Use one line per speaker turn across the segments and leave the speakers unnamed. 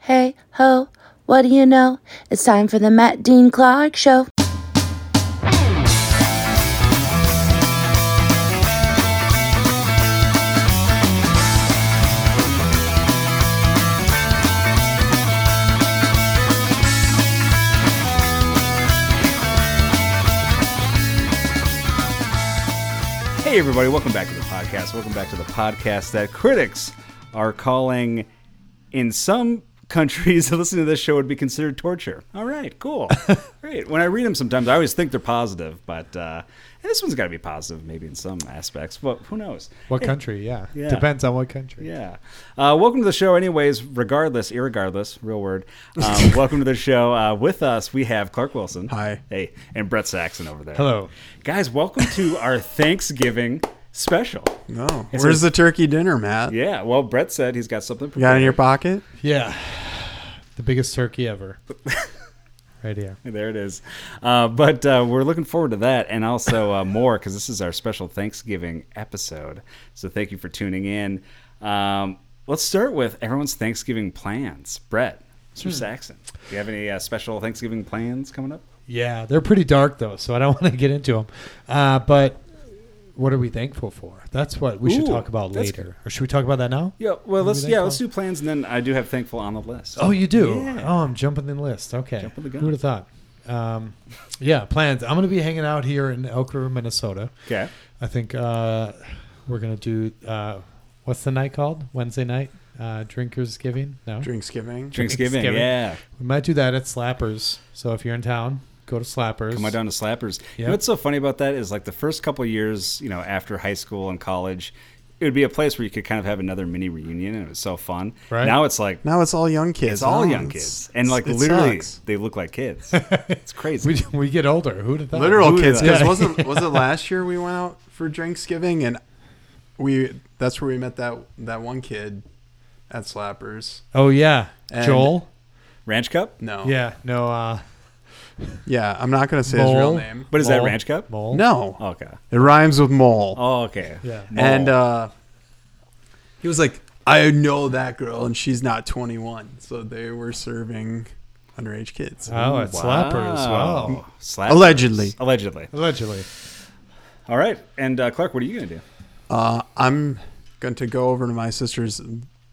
Hey ho, what do you know? It's time for the Matt Dean Clark Show.
Hey, everybody, welcome back to the podcast. Welcome back to the podcast that critics are calling, in some countries, listening to this show would be considered torture. All right, cool. Great. When I read them sometimes, I always think they're positive, but uh, this one's got to be positive, maybe in some aspects, but who knows?
What country? Yeah.
Yeah.
Depends on what country.
Yeah. Uh, welcome to the show, anyways, regardless, irregardless, real word. Um, welcome to the show. Uh, with us, we have Clark Wilson.
Hi.
Hey, and Brett Saxon over there.
Hello.
Guys, welcome to our Thanksgiving special.
No.
It's
Where's
a-
the turkey dinner, Matt?
Yeah, well, Brett said he's got something
You got it
prepared.
in your pocket?
Yeah. The biggest turkey ever. right here.
there it is. Uh, but uh, we're looking forward to that and also uh, more because this is our special Thanksgiving episode. So thank you for tuning in. Um, let's start with everyone's Thanksgiving plans. Brett, Mr.
Hmm.
Saxon, do you have any uh, special Thanksgiving plans coming up?
Yeah. They're pretty dark, though, so I don't want to get into them. Uh, but what are we thankful for? That's what we
Ooh,
should talk about
that's
later. Or should we talk about that now?
Yeah, well,
Maybe
let's
they
yeah,
call-
let's do plans, and then I do have thankful on the list.
Oh, you do?
Yeah.
Oh, I'm jumping the list. Okay.
Jumping the gun.
Who would have thought? Um, yeah, plans. I'm going to be hanging out here in Elk River, Minnesota.
okay.
I think uh, we're going to do uh, what's the night called? Wednesday night? Uh, Drinkers Giving? No.
Thanksgiving,
Drinksgiving.
Thanksgiving.
yeah.
We might do that at Slappers. So if you're in town, go to Slappers.
Come on down to Slappers. You
Yeah.
know what's so funny about that is like the first couple years, you know, after high school and college, it would be a place where you could kind of have another mini reunion, and it was so fun.
Right.
Now it's like
Now it's all young kids.
it's all
huh?
young
It's-
kids, and like
it
literally
sucks.
they look like kids. it's crazy.
We, we get older. Who'd have thought?
literal
Who
kids.
did that?
Because wasn't was it last year we went out for Drinksgiving and we that's where we met that that one kid at Slappers.
Oh, yeah.
And-
Joel?
Ranch Cup,
No.
Yeah. No. Uh,
Yeah. I'm not gonna say his
Mole.
real name.
What is that,
Mole?
Ranch Cup?
Mole?
No.
Okay.
It rhymes with mole.
Oh, okay.
Yeah.
Mole.
And uh he was like, I know that girl and she's not twenty one. So they were serving underage kids.
Oh, at Slappers. Wow.
Slappers.
Allegedly.
Allegedly.
Allegedly.
All right. And uh, Clark, what are you gonna do?
Uh, I'm going to go over to my sister's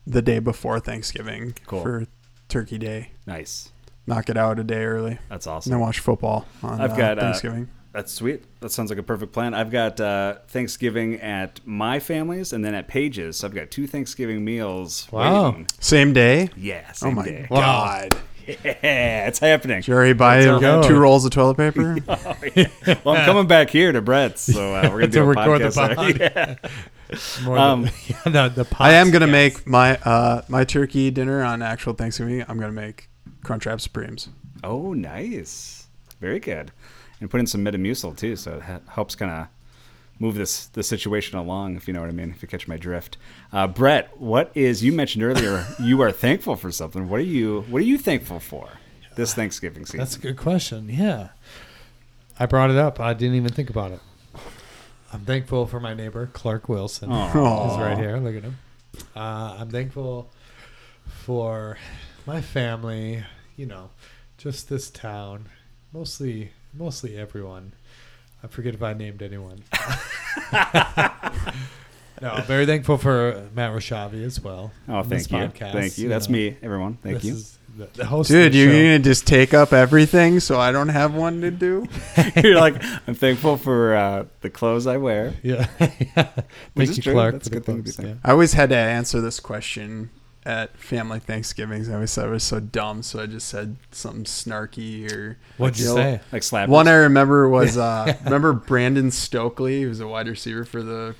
the day before Thanksgiving
Cool.
for Turkey Day.
Nice.
Knock it out a day early.
That's
And
awesome.
then watch football on
I've
uh,
got uh,
Thanksgiving.
that's sweet. That sounds like a perfect plan. I've got uh, Thanksgiving at my family's and then at Page's. So I've got two Thanksgiving meals.
Wow.
waiting.
Same day?
Yeah. Same
Oh my
Day.
God.
Yeah, it's happening.
Jerry, buy
That's
all-
two rolls of toilet paper?
Well, I'm coming back here to Brett's, so uh, we're gonna
To
do a
record the
podcast there.
pod.
Yeah.
More
Um,
than, yeah, the, the
I am going to
pots.
make my uh, my turkey dinner on actual Thanksgiving. I'm going to make Crunchwrap Supremes.
Oh, nice. Very good. And put in some Metamucil too, so it he- helps kind of move this the situation along, if you know what I mean. If you catch my drift, uh, Brett, what is you mentioned earlier? you are thankful for something. What are you What are you thankful for this Thanksgiving season?
That's a good question. Yeah. I brought it up. I didn't even think about it. I'm thankful for my neighbor, Clark Wilson.
Aw.
He's right here. Look at him. Uh, I'm thankful for my family. You know, just this town. Mostly, mostly everyone. I forget if I named anyone. no, I'm very thankful for Matt Roshavi as well.
oh,
on this
thank you,
podcast,
thank you. That's
know.
me, everyone. Thank
This
you.
is the, the host of
Dude,
the
you're
show.
going to just take up everything so I don't have one to do?
You're like I'm thankful for uh, the clothes I wear.
Yeah. Thank
is
you,
true.
Clark.
That's a
for
good
the
thing to be
books,
thankful
I always had to answer this question at family Thanksgivings. I always thought it was so dumb, so I just said something snarky or.
What'd you say?
Like slap.
One I remember was uh, remember Brandon Stokely, who was a wide receiver for the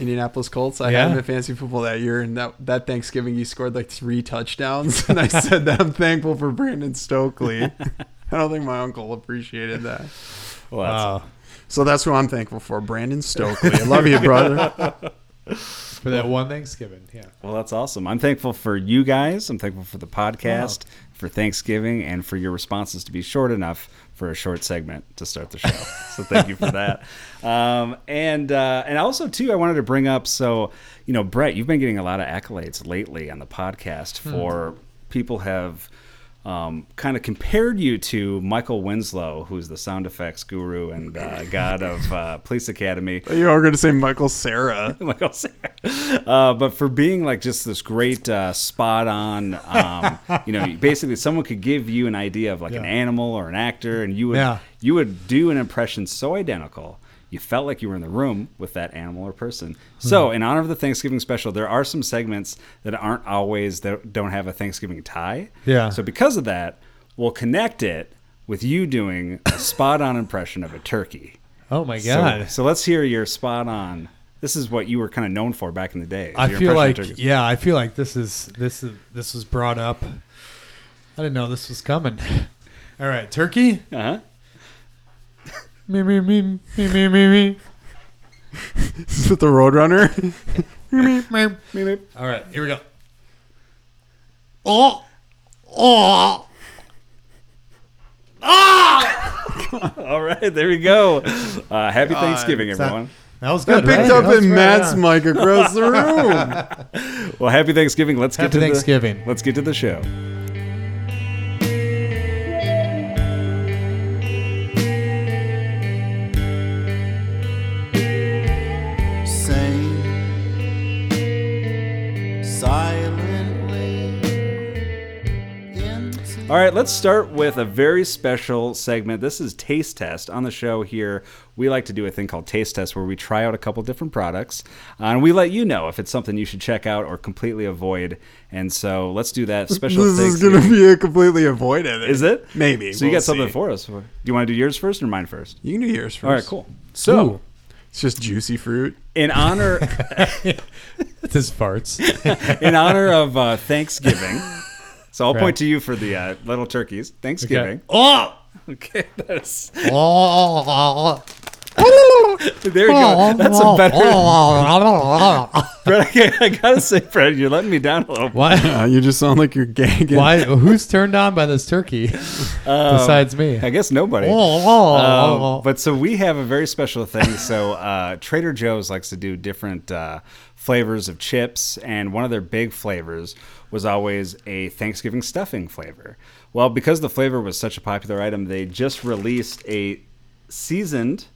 Indianapolis Colts. I
Yeah.
had him in fantasy football that year, and that that Thanksgiving he scored like three touchdowns, and I said that I'm thankful for Brandon Stokely. I don't think my uncle appreciated that.
Well, that's-
Wow.
So that's who I'm thankful for, Brandon Stokely. I love you, brother.
For that one Thanksgiving. Yeah.
Well, that's awesome. I'm thankful for you guys. I'm thankful for the podcast, for Thanksgiving, and for your responses to be short enough for a short segment to start the show. so thank you for that. Um, and uh, and also too, I wanted to bring up. So you know, Brett, you've been getting a lot of accolades lately on the podcast for people have um, kind of compared you to Michael Winslow, who's the sound effects guru and uh, god of uh, Police Academy.
You are going to say Michael Sarah.
Michael Cera. Uh, but for being like just this great uh, spot on, um, you know, basically someone could give you an idea of like an
Yeah.
animal or an actor, and you would
Yeah.
you would do an impression so identical. You felt like you were in the room with that animal or person.
Hmm.
So, in honor of the Thanksgiving special, there are some segments that aren't always that don't have a Thanksgiving tie.
Yeah.
So because of that, we'll connect it with you doing a spot on impression of a turkey.
Oh my
So-
god.
So, let's hear your spot on. This is what you were kind of known for back in the day.
I
your
feel like
impression of turkeys.
yeah, I feel like this is this is this was brought up. I didn't know this was coming. All right, turkey.
Uh-huh.
Me me me me me me me.
Is it the Roadrunner?
All right, here we go. Oh, oh.
All right, there we go. Uh, happy Thanksgiving,
that-
everyone.
That was good.
That picked
right?
up
That was
in
right
Matt's
on.
mic across the room.
Well, happy Thanksgiving. Let's get
Happy
to
Thanksgiving.
The, let's get to the show.
sing silently into
All right, let's start with a very special segment. This is Taste Test. On the show here, we like to do a thing called Taste Test where we try out a couple different products uh, and we let you know if it's something you should check out or completely avoid. And so let's do that special
This is
Thanksgiving-
going to be a completely avoided.
Is it?
Maybe.
So you
We'll
got something
see.
for us. Do you want to do yours first or mine first?
You can do yours first.
All right, cool. So,
Ooh.
It's just juicy fruit.
in honor
It's his farts.
in honor of uh, Thanksgiving, so I'll point to you for the uh, little turkeys. Thanksgiving.
Oh,
Okay, that's
oh, oh,
there you go. That's a better.
better.
Brad, I gotta say, Fred, you're letting me down a little. bit.
Why?
Uh, you just sound like you're gagging.
Why? Who's turned on by this turkey
Um,
besides me?
I guess nobody.
Oh, oh,
Um,
oh, oh.
But so we have a very special thing. So uh, Trader Joe's likes to do different uh, flavors of chips, and one of their big flavors was always a Thanksgiving stuffing flavor. Well, because the flavor was such a popular item, they just released a seasoned,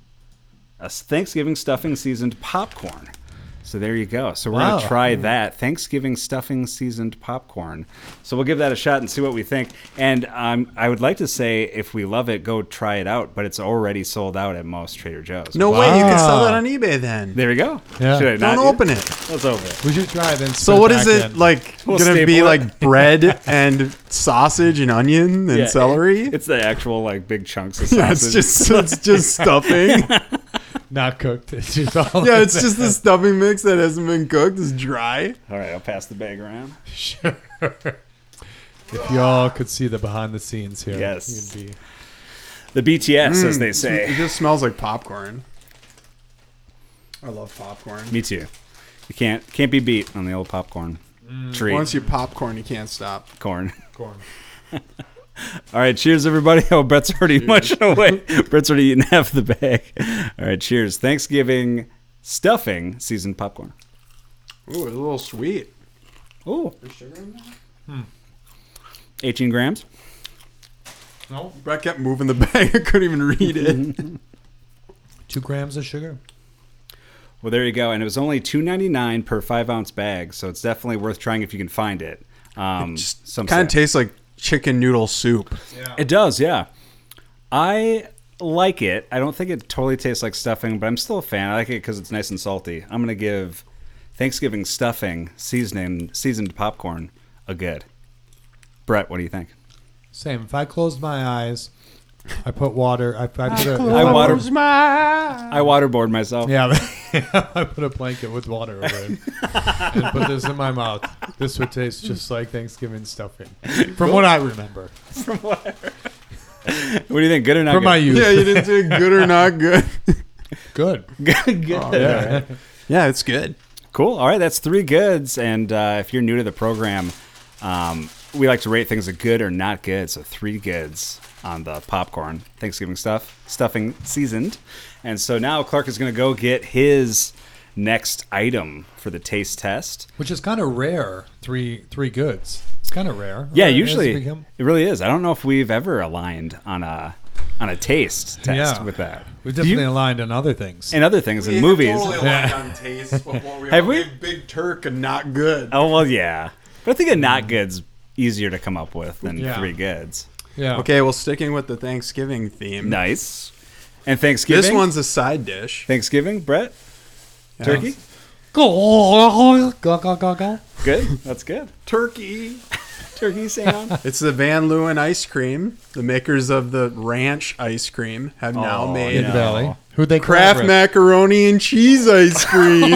a Thanksgiving stuffing seasoned popcorn. So there you go. So we're
Wow.
gonna try that Thanksgiving stuffing seasoned popcorn. So we'll give that a shot and see what we think. And um, I would like to say, if we love it, go try it out. But it's already sold out at most Trader Joe's.
No way. You can sell
Wow.
that on eBay then.
There you go.
Yeah.
Should I
Don't
not-
open it.
Let's open it.
we should try then.
So what is it like?
We'll
gonna be
staple it.
like bread and sausage and onion and
Yeah,
celery?
It's the actual like big chunks of sausage.
yeah, it's just it's just stuffing.
Not cooked. It's just all
Yeah, it's just the stuffing mix that hasn't been cooked. It's dry.
all right. I'll pass the bag around.
Sure. If y'all could see the behind the scenes here,
Yes.
you'd be-
The BTS, as they
It
say.
just smells like popcorn. I love popcorn.
Me too. You can't can't be beat on the old popcorn tree
Once you popcorn, you can't stop.
corn.
Corn.
All right, cheers, everybody. Oh, Brett's already munching away. Brett's already eating half the bag. All right, cheers. Thanksgiving stuffing seasoned popcorn.
Ooh, it's a little sweet.
Ooh. 18 grams.
No,
Brett kept moving the bag. I couldn't even read it.
two grams of sugar.
Well, there you go. And it was only two ninety nine per five ounce bag, so it's definitely worth trying if you can find it. Um, some
kind of
say-
tastes like chicken noodle soup.
It does, yeah. I like it. I don't think it totally tastes like stuffing, but I'm still a fan. I like it because it's nice and salty. I'm gonna give Thanksgiving stuffing seasoning seasoned popcorn a good. Brett, what do you think?
Same. If I closed my eyes, I put water. I, I put a.
I
I-
water I waterboard myself.
yeah, I put a blanket with water over it and put this in my mouth. This would taste just like Thanksgiving stuffing, from what I remember,
What do you think? Good or not?
from my
good?
youth.
Yeah, you didn't do good or not good.
Good.
good. good. All right.
yeah, it's good.
Cool. All right, that's three goods. And uh, if you're new to the program, um, we like to rate things a good or not good. So three goods on the popcorn Thanksgiving stuff, stuffing seasoned. And so now Clark is going to go get his next item for the taste test.
which is kind of rare. Three three goods. kind of rare.
Yeah,
Uh, it's
usually
become-
it really is. I don't know if we've ever aligned on a on a taste test
Yeah.
with that.
we've
Do you-
definitely aligned on other things.
and other things in movies.
aligned on taste, but what we
Have
are,
we-
Big, Big Turk and not good.
Oh well, yeah. But I think a not good's easier to come up with than
Yeah.
three goods.
yeah.
Okay, well, sticking with the Thanksgiving theme.
Nice. And Thanksgiving.
This one's a side dish.
Thanksgiving, Brett. Turkey.
Go, go, go, go, go.
Good. That's good.
Turkey.
Turkey sound.
It's the Van Leeuwen ice cream. The makers of the ranch ice cream have now
Oh,
made
In
No.
Valley. Who they
Kraft
collaborate-
macaroni and cheese ice cream.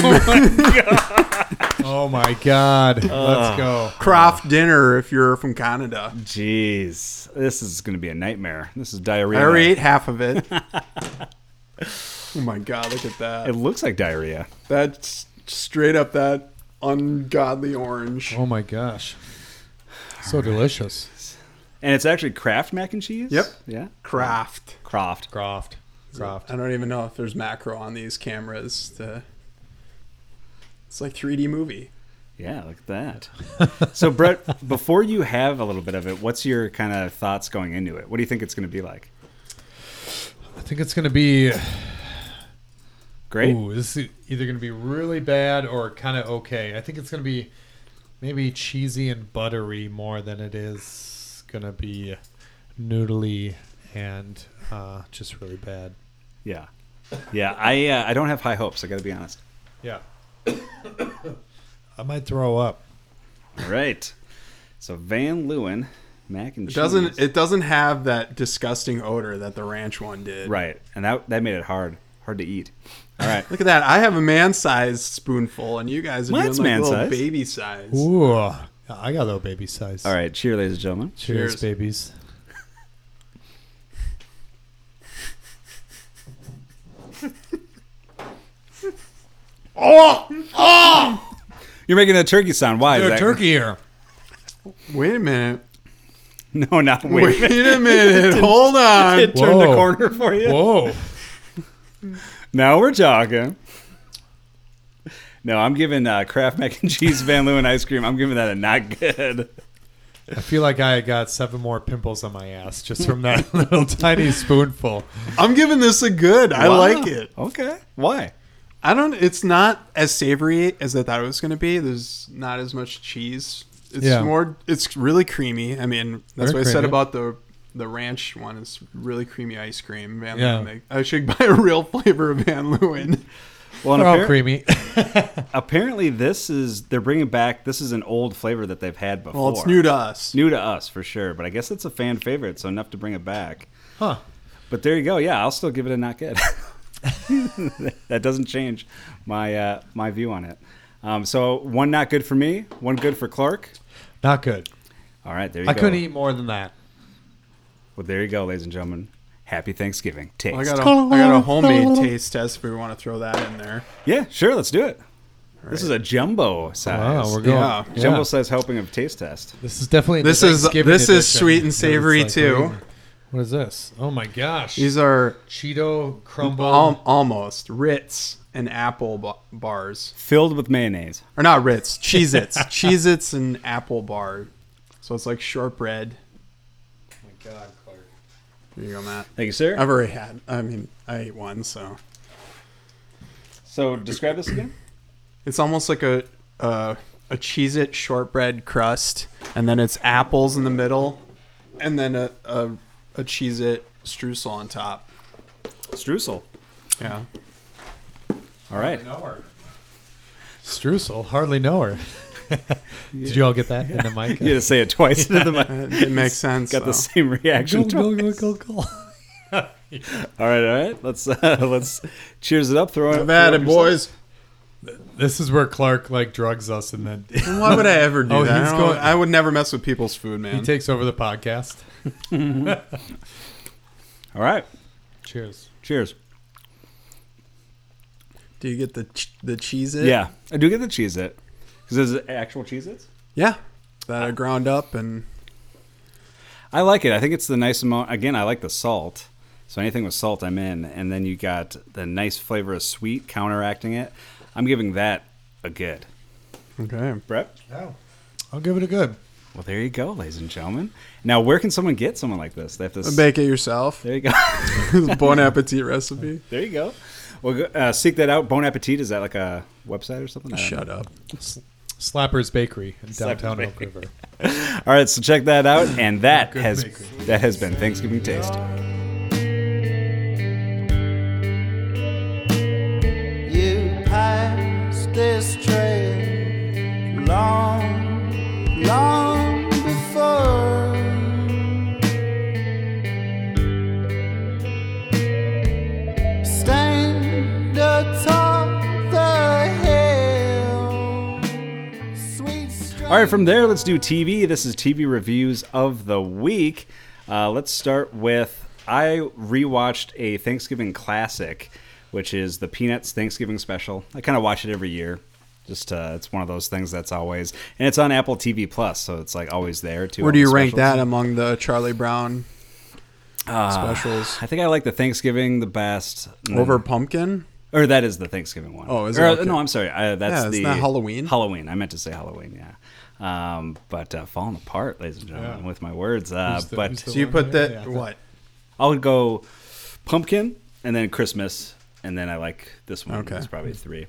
Oh my God. Let's go.
Kraft dinner if you're from Canada.
Jeez, this is going to be a nightmare. This is diarrhea.
I already ate half of it. oh my god, look at
It
that.
looks like diarrhea.
That's straight up that ungodly orange.
Oh my gosh. So delicious.
And it's actually Kraft mac and cheese.
Yep.
Yeah.
Kraft.
Kraft.
Croft. Croft.
I don't even know if there's macro on these cameras. To... It's like 3D movie.
Yeah, look at that. so, Brett, before you have a little bit of it, what's your kind of thoughts going into it? What do you think it's going to be like?
I think it's going to be.
Great.
Ooh, this is either going to be really bad or kind of okay. I think it's going to be maybe cheesy and buttery more than it is going to be noodly and uh, just really bad.
Yeah, yeah. I uh, I don't have high hopes. I got to be honest.
Yeah. I might throw up.
All right. So Van Leeuwen mac and
It
cheese
doesn't it doesn't have that disgusting odor that the ranch one did.
right, and that that made it hard hard to eat. All right.
Look at that. I have a man-sized spoonful and you guys are
Mine's
doing like little
man-sized.
baby size.
Ooh. I got a little baby size.
All right. Cheer, ladies and gentlemen.
Cheers,
Cheers.
babies.
You're making a turkey sound. Why? Is
They're
that-
turkey here.
Wait a minute.
No, not
Wait
wait.
a minute. Hold on.
It turned the
Whoa.
corner for you.
Whoa.
Now we're talking. No, I'm giving uh, Kraft mac and cheese Van Leeuwen ice cream. I'm giving that a not good.
I feel like I got seven more pimples on my ass just from that little tiny spoonful.
I'm giving this a good. I
Wow.
like it.
Okay. Why?
I don't. It's not as savory as I thought it was going to be. There's not as much cheese. It's
Yeah.
more. It's really creamy. I mean, that's
Very
what I said
creamy.
about the the ranch one. It's really creamy ice cream. Van
Yeah.
Leeuwen. I should buy a real flavor of Van Leeuwen.
Well, and
They're all
appar-
Oh, creamy.
apparently this is they're bringing back. This is an old flavor that they've had before.
Well, it's new to us.
new to us for sure, but I guess it's a fan favorite, so enough to bring it back.
Huh.
But there you go. Yeah, I'll still give it a not good. that doesn't change my uh, my view on it. Um, so one not good for me, one good for Clark.
Not good.
All right, there you
I
go.
e-
couldn't eat more than that.
Well, there you go, ladies and gentlemen. Happy Thanksgiving. Taste.
I got a, I got a homemade taste test if we want to throw that in there.
yeah, sure. Let's do it. This is a jumbo size.
Wow, we're going.
Yeah.
Jumbo size helping of taste test.
This is definitely the
This is-
Thanksgiving
this is
edition.
sweet and
It's
savory,
wait a
too.
minute. What is this? Oh my gosh!
These are
Cheeto crumble.
al- almost Ritz and apple ba- bars.
Filled with mayonnaise.
or not Ritz, Cheez Its. Cheez Its and apple bar. So it's like shortbread.
oh my god, Clark.
There you go, Matt.
Thank you, sir.
I've already had, I mean, I ate one, so.
So describe this again.
It's almost like a, a, a Cheez It shortbread crust, and then it's apples in the middle, and then a, a, a Cheez It streusel on top.
Streusel.
Yeah.
All right.
Know her. Streusel, hardly know her. Did you all get that in the mic?
You had to say it twice into the mic.
It makes sense.
Got the
though.
same reaction.
Go, go,
twice.
go, go, go.
All right, all right. Let's uh, let's cheers it up. Throw it.
I've had it, boys.
This is where Clark like drugs us and then
Why would I ever do
Oh,
that?
he's
I, don't-
going-
I would never mess with people's food,
he
man.
takes over the podcast.
All right.
Cheers.
Cheers.
do you get the ch- the Cheez It?
Yeah, I do get the cheese it because is it actual cheese its.
Yeah. That I ground up and
I like it. I think it's the nice amount. Again, I like the salt. So anything with salt, I'm in. And then you got the nice flavor of sweet counteracting it. I'm giving that a good.
Okay.
Brett,
Oh, I'll give it a good.
Well, there you go, ladies and gentlemen. Now, where can someone get someone like this? They have to. s-
Bake it yourself.
There you go.
bon appetit recipe.
there you go. Well, go- uh, seek that out. Bon Appetit is that like a website or something? I don't know.
Shut up.
S- Slappers Bakery in downtown Elk
Bakery.
River.
All right, so check that out, and that
Good
has
bakery.
that has been Thanksgiving taste.
You passed this trail long, long before. Stand atop the hill, sweet
All right, from there, let's do TV. This is TV reviews of the week. Uh, let's start with I rewatched a Thanksgiving classic, which is the Peanuts Thanksgiving special. I kind of watch it every year. Just uh, it's one of those things that's always, and it's on Apple TV Plus, so it's like always there. Too,
Where
all
do
the
you rank
specials. Ah,
that among the Charlie Brown specials?
I think I like the Thanksgiving the best. and then-
Over Pumpkin?
or that is the Thanksgiving one.
Oh, is
Or, uh,
it? Okay.
No, I'm sorry. I, that's
Yeah,
the
isn't that Halloween?
Halloween. I meant to say Halloween. Yeah. Um, but uh, falling apart, ladies and gentlemen,
Yeah.
with my words. Uh,
Who's the-
but
who's the
So you
one
put
there?
that
Yeah.
what?
I would go pumpkin and then Christmas and then I like this one.
Okay.
It's probably three.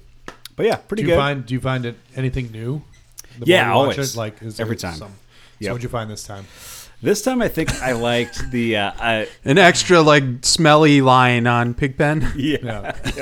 But yeah, pretty
Do you
good.
find do you find it anything new? The more
Yeah,
you watch
always.
like is
Every
there
time.
Some,
Yep.
So what'd you find this time?
This time I think I liked the uh, I,
An extra like smelly line on Pigpen.
yeah.
Yeah.
Yep.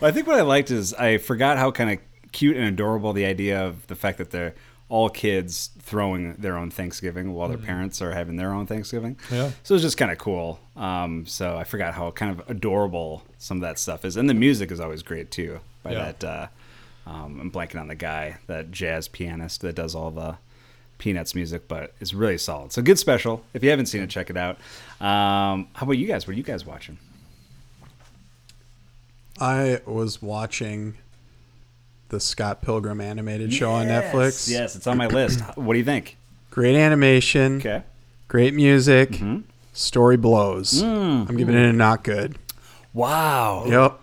Well, I think what I liked is I forgot how kind of cute and adorable the idea of the fact that they're all kids throwing their own Thanksgiving while their parents are having their own Thanksgiving.
Mm-hmm. Yeah.
So it's just kind of cool. Um, so I forgot how kind of adorable some of that stuff is, and the music is always great too. By
Yeah.
that, uh, um, I'm blanking on the guy, that jazz pianist that does all the Peanuts music, but it's really solid. So good special. If you haven't seen it, check it out. Um, how about you guys? What are you guys watching?
I was watching the Scott Pilgrim animated show on Netflix.
Yes, it's on my list. What do you think?
Great animation.
Okay.
Great music. Story blows. I'm giving it a not good.
Wow.
Yep.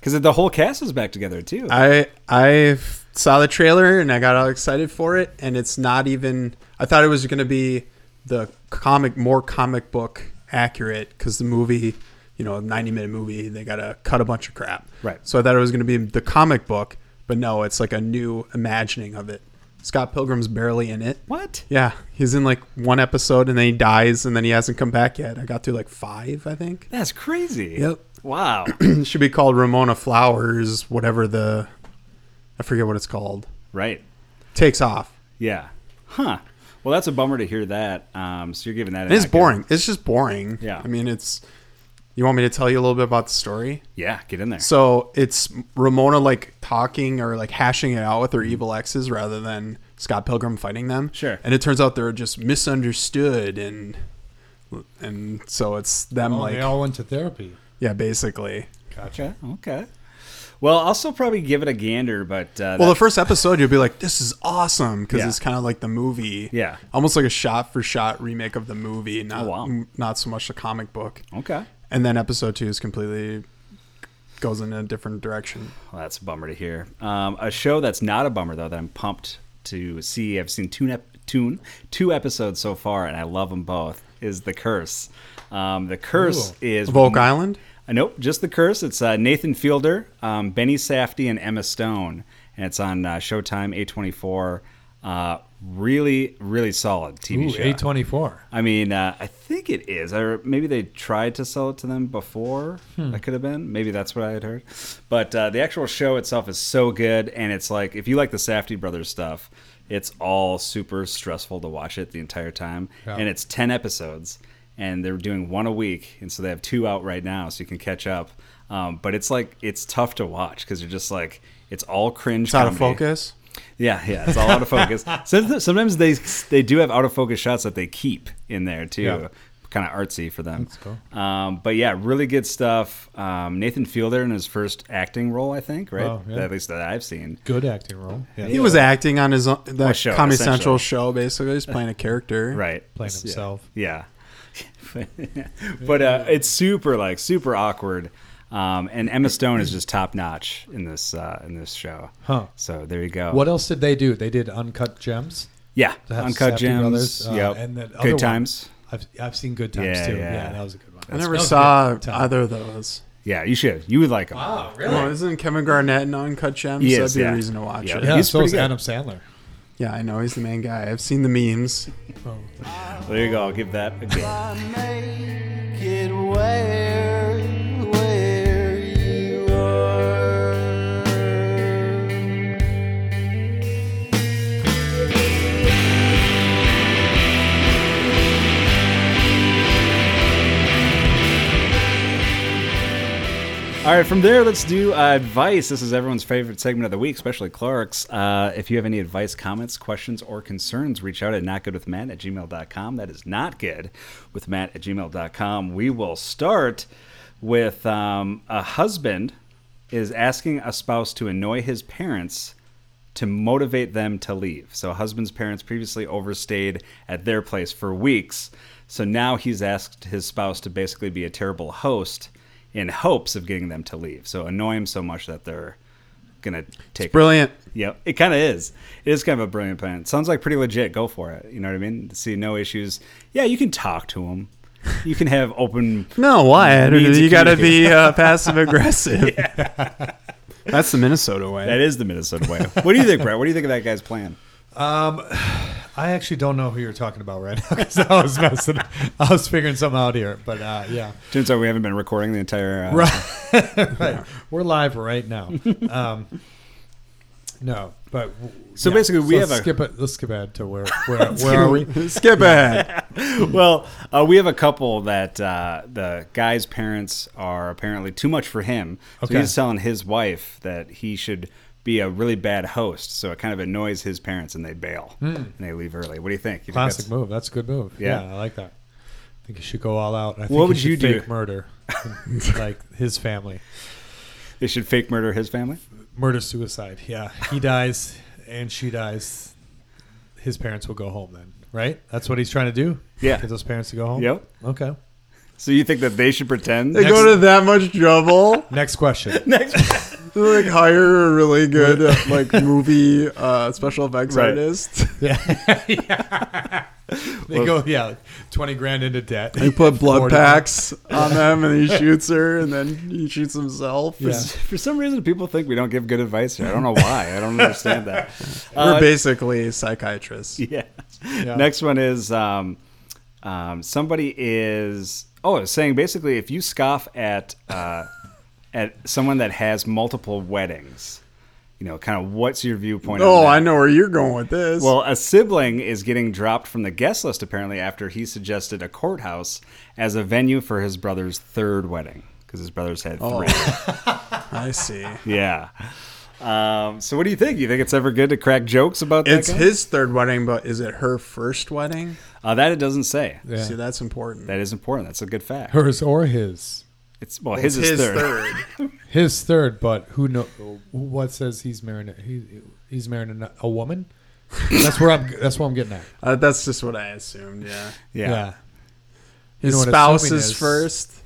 Because the whole cast is back together too.
I I saw the trailer and I got all excited for it, and it's not even. I thought it was going to be the comic, more comic book accurate, because the movie, you know, a ninety minute movie, they got to cut a bunch of crap.
Right.
So I thought it was going to be the comic book, but no, it's like a new imagining of it. Scott Pilgrim's barely in it.
what?
Yeah, he's in like one episode and then he dies and then he hasn't come back yet. I got through like five, I think.
That's crazy.
Yep.
Wow.
it should be called Ramona Flowers, whatever the I forget what it's called.
right.
Takes off.
Yeah. Huh. Well, that's a bummer to hear that. Um, so you're giving that.
It is boring. It's just boring.
Yeah.
I mean, it's you want me to tell you a little bit about the story?
Yeah. Get in there.
So it's Ramona like talking or like hashing it out with her evil exes rather than Scott Pilgrim fighting them.
Sure.
And it turns out they're just misunderstood and and so it's them
Oh,
like
they all went to therapy.
yeah basically.
okay. Okay. Well, I'll still probably give it a gander, but uh,
Well,
that-
the first episode you'll be like, "This is awesome" because
Yeah.
it's kind of like the movie.
Yeah.
almost like a shot-for-shot remake of the movie, not
Oh, wow.
m- not so much the comic book.
okay.
And then episode two is completely goes in a different direction.
Well, that's a bummer to hear. Um, a show that's not a bummer though that I'm pumped to see. I've seen two nep- tune two episodes so far, and I love them both. Is the curse? Um, the curse
Ooh.
is
Of Oak Island,
Uh, nope, just the curse. It's uh, Nathan Fielder, um, Benny Safdie, and Emma Stone, and it's on uh, Showtime, A24. Uh, really, really solid TV
Ooh,
show.
A twenty four.
I mean, uh, I think it is. Or maybe they tried to sell it to them before.
Hmm.
That could have been. Maybe that's what I had heard. But uh, the actual show itself is so good, and it's like if you like the Safety brothers stuff, it's all super stressful to watch it the entire time.
Yeah.
And it's ten episodes, and they're doing one a week, and so they have two out right now, so you can catch up. Um, but it's like it's tough to watch because you're just like it's all cringe.
it's out of
comedy.
focus.
Yeah, yeah, it's all out of focus. sometimes, sometimes they they do have out of focus shots that they keep in there too.
Yeah.
Kind of artsy for them.
That's cool.
Um, but yeah, really good stuff. Um, Nathan Fielder in his first acting role, I think, right?
Wow, Oh, yeah.
At least that I've seen.
Good acting role. Yeah.
He was acting on his own, the
Or show,
Comedy
essentially.
Central show. Basically, he's playing a character.
Right.
Playing
Yeah.
himself.
Yeah. but uh, it's super like super awkward. Um, and Emma Stone is just top notch in this uh, in this show.
Huh.
So there you go.
What else did they do? They did Uncut Gems.
Yeah,
to have
Uncut
Safdie
Gems.
Brothers, uh,
yep.
and that other
Good
one.
Times.
I've I've seen Good Times
Yeah,
too.
yeah.
Yeah. that was a good one.
I never
That was a
saw
good time.
either of those.
Yeah, you should. You would like them.
Wow, really?
Oh, isn't Kevin Garnett in Uncut Gems?
Yes,
That'd be
yeah.
a reason to watch
Yeah.
it.
yeah,
he's
so
pretty
is
good.
Adam Sandler.
Yeah, I know he's the main guy. I've seen the memes.
There you go. I'll give that a go.
I make it where, where you are.
All right, from there, let's do uh, advice. This is everyone's favorite segment of the week, especially Clark's. Uh, if you have any advice, comments, questions, or concerns, reach out at notgoodwithmatt at gmail.com. That is not good with Matt at gmail.com. We will start with um, a husband is asking a spouse to annoy his parents to motivate them to leave. So, husband's parents previously overstayed at their place for weeks. So now he's asked his spouse to basically be a terrible host in hopes of getting them to leave. So, annoy him so much that they're going to take
Brilliant.
yeah, it kind of is. It is kind of a brilliant plan. Sounds like pretty legit. Go for it. You know what I mean? See no issues. Yeah, you can talk to him. You can have open.
No, why?
Means
You
of
got to be uh, passive aggressive. That's the Minnesota way.
That is the Minnesota way. What do you think, Brett? What do you think of that guy's plan?
I actually don't know who you're talking about right now 'cause I was messing. I was figuring something out here, but uh, yeah,
Turns out we haven't been recording the entire. Uh,
right. We're live right now. Um, no, but
So basically we have
let's
a-
skip it. Let's skip ahead to where where, where are we?
Skip ahead.
well, uh, we have a couple that uh, the guy's parents are apparently too much for him. So
Okay.
he's telling his wife that he should be a really bad host. So it kind of annoys his parents and they bail and they leave early. What do you think? You think
Hmm. Classic
that's-
move. That's a good move.
Yeah.
Yeah. I like that. I think you should go all out. I think
What would
should
you do?
Fake murder, like his family,
They should fake murder his family?
murder suicide. Yeah, he dies and she dies. His parents will go home then, right? That's what he's trying to do.
Yeah.
get those parents to go home.
Yep.
Okay.
So you think that they should pretend?
They
Next-
go to that much trouble
Next question.
to like hire a really good uh, like movie uh, special effects
Right.
artist.
Yeah. They go, yeah, 20 grand into debt.
They put blood
40.
packs on them, and he shoots her, and then he shoots himself.
Yeah.
For some reason, people think we don't give good advice here. I don't know why. I don't understand that.
We're
Uh,
basically psychiatrists.
yeah. Next one is um, um, somebody is oh it's saying basically if you scoff at uh, at someone that has multiple weddings, you know, kind of what's your viewpoint? on
Oh,
that?
I know where you're going with this.
Well, a sibling is getting dropped from the guest list apparently after he suggested a courthouse as a venue for his brother's third wedding because his brother's had three.
I see.
Yeah. Um, so what do you think? You think it's ever good to crack jokes about that?
It's
guy?
his third wedding, but is it her first wedding?
Uh, that it doesn't say.
Yeah.
See, that's important.
That is important. That's a good fact.
Hers or his?
It's well, his, is third.
His third, but who know? What says he's married? He, he's married a, a woman. That's where I'm. That's what I'm getting at.
Uh, that's just what I assumed. Yeah,
Yeah.
his
know what
spouse
assuming
is,
is-
first.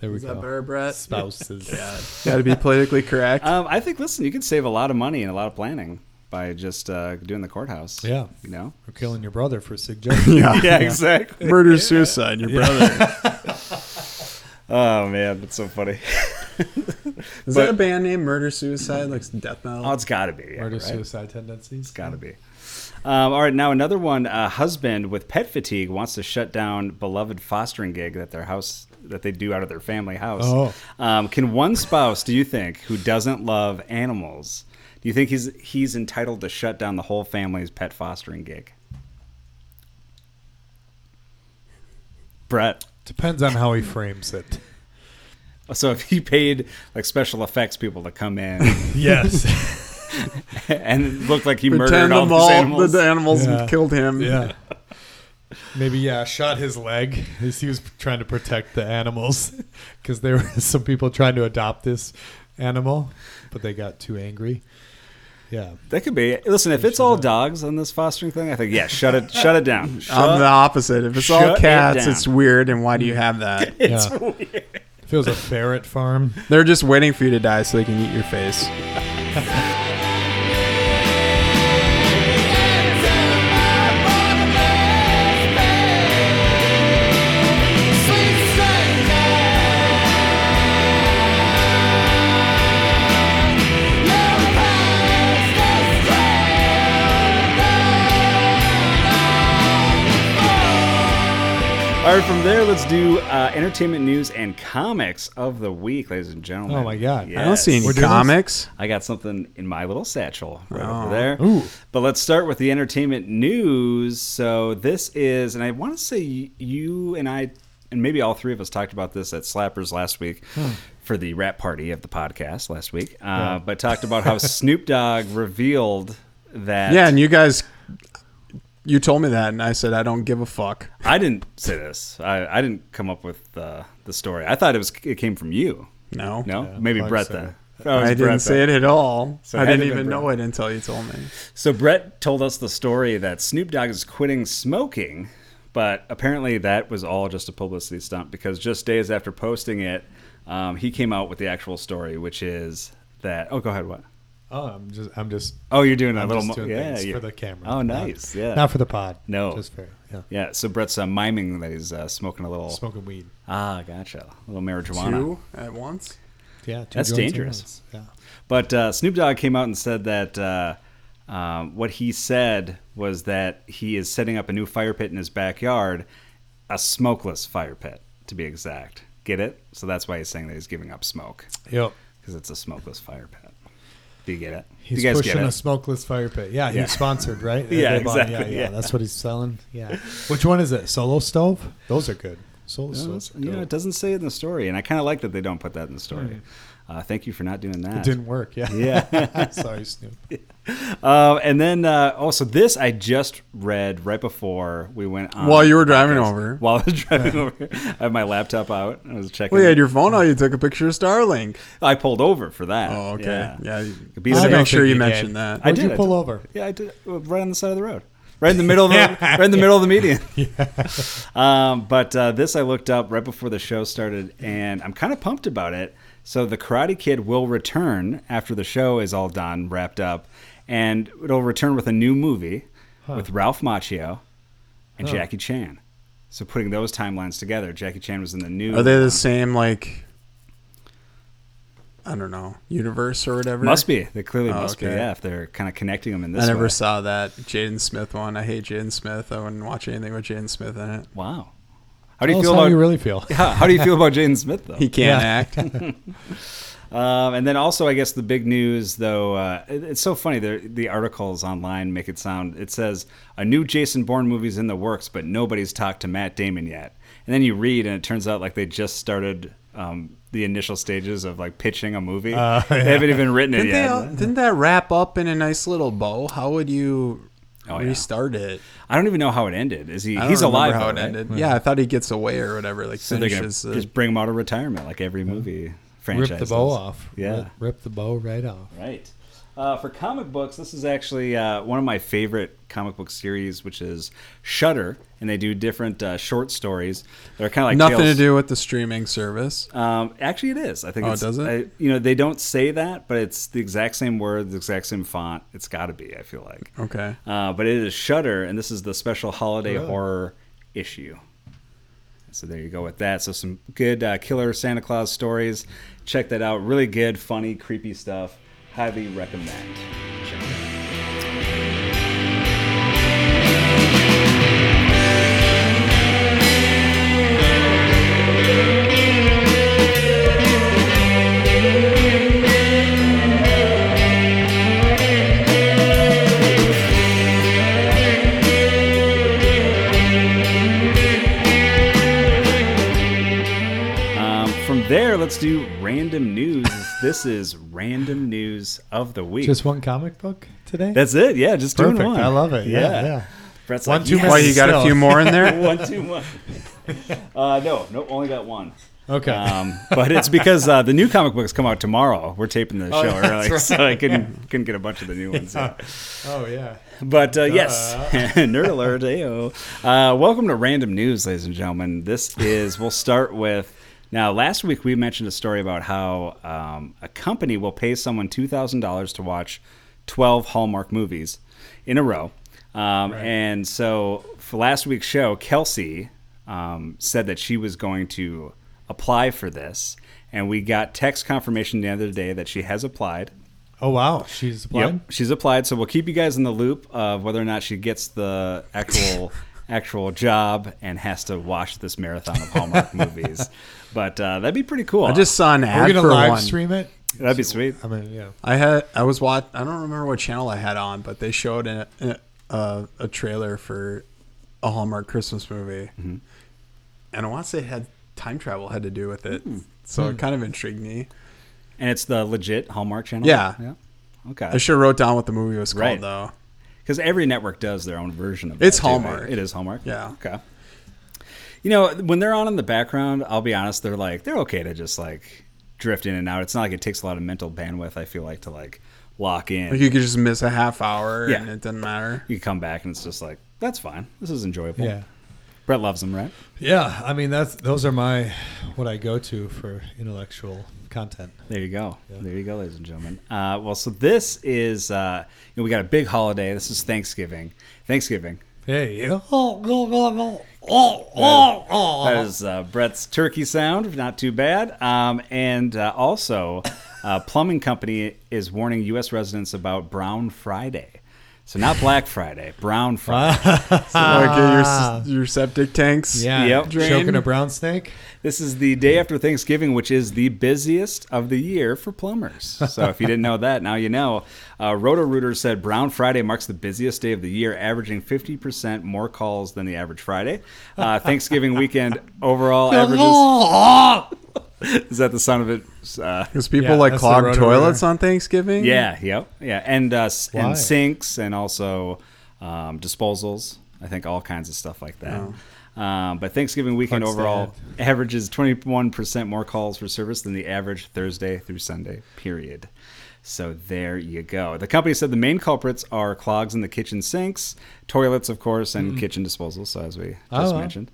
there we
Is
go.
that better, Brett? Uh,
Spouses. yeah.
Got to be politically correct.
Um, I think. Listen, you can save a lot of money and a lot of planning by just uh, doing the courthouse.
Yeah.
You know.
We're killing your brother for suggesting.
yeah.
Yeah, exactly.
Murder suicide, your brother.
Oh man, that's so funny. But-
Is that a band name? Murder suicide, like death
Oh,
metal.
it's got to be. Yeah,
Murder
right?
suicide tendencies.
Got to be. Um, all right, now another one. A husband with pet fatigue wants to shut down beloved fostering gig that their house that they do out of their family house.
Oh.
Um, can one spouse, do you think, who doesn't love animals, do you think he's he's entitled to shut down the whole family's pet fostering gig? Brett.
Depends on how he frames it.
So if he paid like special effects people to come in
Yes.
and look like he murdered
Pretend
all
them
these
all
animals,
the animals
Yeah.
killed him.
yeah. Maybe yeah, shot his leg as he was trying to protect the animals because there were some people trying to adopt this animal, but they got too angry. Yeah,
that could be. Listen, if it's all dogs on this fostering thing, I think yeah, shut it, shut it down.
I'm
Shut,
the opposite. If it's all
Shut it
cats,
down.
it's weird. And why do you have that?
it's yeah. Weird. If it was a ferret farm,
They're just waiting for you to die so they can eat your face.
Into my
All right, from there, let's do uh, entertainment news and comics of the week, ladies and gentlemen.
Oh my God.
I don't see
Yes.
any
We're doing this?
comics.
I got something in my little satchel right over
Oh.
there.
Ooh.
But let's start with the entertainment news. So this is, and I want to say you and I, and maybe all three of us talked about this at Slappers last week
Hmm.
for the rap party of the podcast last week. Uh, But talked about how Snoop Dogg revealed that.
Yeah, and you guys, you told me that, and I said I don't give a fuck.
I didn't say this. I, I didn't come up with uh, the story. I thought it was it came from you.
No,
No, maybe
Clark
Brett
said
then.
it.
Oh, it was
I
Brett
didn't say
then.
it at all.
So it
I
had to
didn't
have been
even know it until you told me.
So Brett told us the story that Snoop Dogg is quitting smoking, but apparently that was all just a publicity stunt because just days after posting it, um, he came out with the actual story, which is that. Oh, go ahead. What?
Oh, I'm just I'm just
Oh, you're doing a
I'm
little.
just
mo-
doing
yeah,
things
yeah.
for the camera.
Oh,
Not-
nice. yeah.
Not for the pod.
No.
Just for yeah.
yeah. So Brett's uh, miming that he's uh, smoking a little.
Smoking weed.
Ah, gotcha. A little marijuana.
Two at once.
Yeah. two
That's
joints at
dangerous.
once. Yeah.
But uh, Snoop Dogg came out and said that uh, um, what he said was that he is setting up a new fire pit in his backyard, a smokeless fire pit, to be exact. Get it? So that's why he's saying that he's giving up smoke
Yep.
because it's a smokeless fire pit. Do you get it?
He's
Do you guys
pushing
get
a
it?
smokeless fire pit. Yeah,
Yeah.
he's sponsored, right?
Yeah,
They bought-
exactly,
Yeah,
yeah.
yeah, that's what he's selling. Yeah. Which one is it? Solo stove? Those are good. Solo
No,
stoves.
it's-
are
you know,
dope.
it doesn't say it in the story, and I kind of like that they don't put that in the story. Uh, thank you for not doing that.
It didn't work. Yeah.
Yeah.
Sorry, Snoop.
Uh, and then uh, also this I just read right before we went on.
While you were
the
driving
Um, podcast.
over.
While I was driving over, I had my laptop out. I was checking.
Well, you
it.
had your phone out. You took a picture of Starlink.
I pulled over for that.
Oh, okay.
Yeah.
Yeah, you
be
gotta
safe.
make sure
I don't think you
you mention
did.
that.
I
Where'd
did
you pull over?
Yeah, I did. well, Right on the side of the road. Right in the middle of the right in the middle of the median. Um, but uh, this I looked up right before the show started, and I'm kind of pumped about it. So the Karate Kid will return after the show is all done, wrapped up, and it'll return with a new movie with Ralph Macchio and Jackie Chan. So putting those timelines together, Jackie Chan was in the new. uh,
Are they the same like? I don't know universe or whatever.
Must be. They clearly
Oh,
must be.
okay.
Yeah, if they're kind of connecting them in this.
I never
way.
saw that Jaden Smith one. I hate Jaden Smith. I wouldn't watch anything with Jaden Smith in it.
Wow. How do you
Tell
Oh,
us
feel
how
about
you really feel.
Yeah, how do you feel about Jaden Smith though?
He can't
Yeah.
act.
Um, and then also, I guess the big news though, uh, it- it's so funny. The, the articles online make it sound. It says a new Jason Bourne movie's in the works, but nobody's talked to Matt Damon yet. And then you read, and it turns out like they just started um, the initial stages of like pitching a movie.
Uh, yeah.
They haven't even written it
Didn't,
yet.
they all- didn't that wrap up in a nice little bow? How would you
Oh, yeah.
restart it?
I don't even know how it ended. Is he?
I don't
He's
remember
alive.
How
though,
it
right?
ended? Yeah, I thought he gets away or whatever. Like
So they're gonna
finishes. the,
just bring him out of retirement, like every movie franchise.
Rip the bow
does.
off.
Yeah.
Rip, rip the bow right off.
Right. Uh, for comic books, this is actually uh, one of my favorite comic book series, which is Shudder, and they do different uh, short stories. They're kind of like
nothing to
tales-
do with the streaming service.
Um, actually, it is. I think.
Oh,
it's,
does it?
I- you know, they don't say that, but it's the exact same word, the exact same font. It's got to be. I feel like.
Okay.
Uh, but it is Shudder, and this is the special holiday
Oh.
horror issue. So there you go with that. So some good uh, killer Santa Claus stories. Check that out. Really good, funny, creepy stuff. Highly recommend. Check it out. Um, from there, let's do random news. this is random news of the week.
Just one comic book today?
That's it. Yeah, just
perfect.
doing one.
I love it. Yeah. Yeah.
Brett's
One
like,
too
yes.
Why you got a
Still.
few more in there?
one too much. Uh, no, no, only got one.
Okay.
Um, but it's because uh, the new comic books come out tomorrow. We're taping the show
Oh, that's
early,
right.
so I couldn't couldn't get a bunch of the new ones. in.
oh yeah.
But uh, yes, nerd alert! Ayo. Uh, welcome to Random News, ladies and gentlemen. This is we'll start with. Now, last week we mentioned a story about how um, a company will pay someone two thousand dollars to watch twelve Hallmark movies in a row, um, and so for last week's show, Kelsey um, said that she was going to apply for this, and we got text confirmation the other day that she has applied.
Oh wow. She's blind.
Yep, she's applied. So we'll keep you guys in the loop of whether or not she gets the actual actual job and has to watch this marathon of Hallmark movies. But uh, that'd be pretty cool.
I just saw an
We're
ad
gonna
for
live
one.
stream it.
that'd be sweet.
I mean, yeah.
I had I was watch. I don't remember what channel I had on, but they showed a a, a, a trailer for a Hallmark Christmas movie,
Mm-hmm.
and I want to say it had time travel had to do with it,
Hmm.
so it kind of intrigued me.
And it's the legit Hallmark channel.
Yeah. I
Okay.
should have wrote down what the movie was called
Right.
though.
Because every network does their own version of
It's
that, too, right?
Hallmark.
It is Hallmark.
Yeah.
Okay. You know, when they're on in the background, I'll be honest, they're like they're okay to just like drift in and out. It's not like it takes a lot of mental bandwidth. I feel like to like lock in.
Like you could just miss a half hour
Yeah.
and it doesn't matter.
you come back and it's just like that's fine. This is enjoyable.
Yeah.
Brett loves them, right?
Yeah, I mean that's those are my what I go to for intellectual content.
There you go. There you go, ladies and gentlemen. Uh, well, so this is uh, you know, we got a big holiday. This is Thanksgiving. Thanksgiving.
Hey, oh, oh, oh, oh, oh, oh.
That is uh, Brett's turkey sound. Not too bad. Um, and uh, also, uh, plumbing company is warning U.S. residents about Brown Friday. So not Black Friday, Brown Friday.
So like your s- your septic tanks.
Ah. yeah,
Yep.
choking a brown snake.
this is the day after Thanksgiving, which is the busiest of the year for plumbers. So if you didn't know that, now you know. Uh, Roto Rooter said Brown Friday marks the busiest day of the year, averaging 50% more calls than the average Friday. Uh, Thanksgiving weekend overall averages.
Oh, oh.
Is that the sound of it? Uh,
Because people
Yeah,
like
that's the
clog
road over
toilets on Thanksgiving.
Yeah, yep, yeah, and uh, s-
Why?
and sinks and also um, disposals. I think all kinds of stuff like that.
Oh.
Um, but Thanksgiving weekend
Fucks
overall averages 21% more calls for service than the average Thursday through Sunday period. So there you go. The company said the main culprits are clogs in the kitchen sinks, toilets, of course, and kitchen disposals. So as we just
Oh, wow.
mentioned,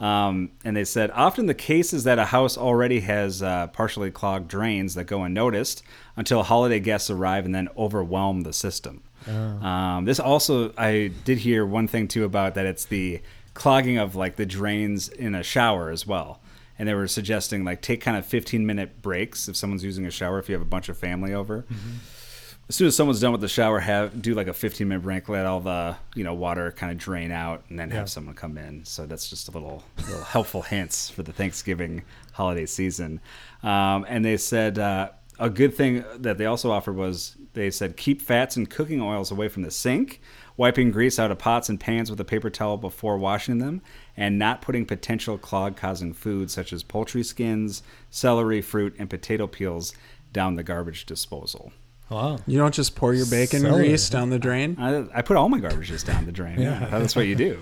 um, and they said often the case is that a house already has uh, partially clogged drains that go unnoticed until holiday guests arrive and then overwhelm the system. Um, this also, I did hear one thing too about that it's the clogging of like the drains in a shower as well. And they were suggesting like take kind of 15 minute breaks if someone's using a shower, if you have a bunch of family over as soon as someone's done with the shower, have do like a 15 minute break, let all the you know water kind of drain out, and then have someone come in. So that's just a little little helpful hints for the Thanksgiving holiday season. Um, and they said uh, a good thing that they also offered was they said keep fats and cooking oils away from the sink, wiping grease out of pots and pans with a paper towel before washing them, and not putting potential clog causing foods such as poultry skins, celery, fruit, and potato peels down the garbage disposal.
Wow.
You don't just pour your bacon
Celery.
grease down the drain.
I, I put all my garbages down the drain. yeah. that's what you do.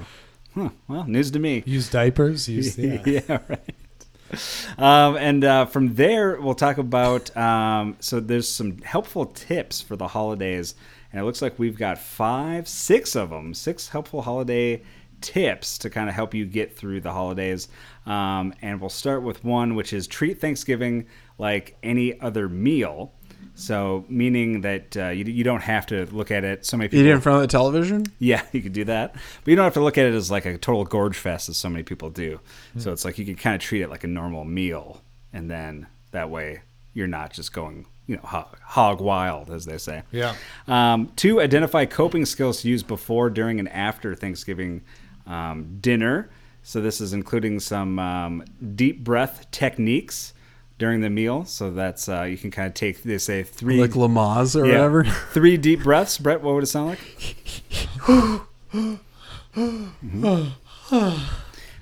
Huh, well, news to me.
Use diapers. Use yeah.
right. Um, and uh, from there, we'll talk about. Um, so there's some helpful tips for the holidays, and it looks like we've got five, six of them, six helpful holiday tips to kind of help you get through the holidays. Um, and we'll start with one, which is treat Thanksgiving like any other meal. So meaning that uh, you, you don't have to look at it. So many people
Eat it in front of the television.
yeah, you could do that. But you don't have to look at it as like a total gorge fest as so many people do. So it's like you can kind of treat it like a normal meal. And then that way you're not just going, you know, hog, hog wild, as they say.
Yeah.
Um, two, identify coping skills to use before, during, and after Thanksgiving um, dinner. So this is including some um, deep breath techniques during the meal. So that's, uh, you can kind of take, they say three.
Like Lamaze or
Yeah.
whatever.
Three deep breaths. Brett, what would it sound like? Mhm.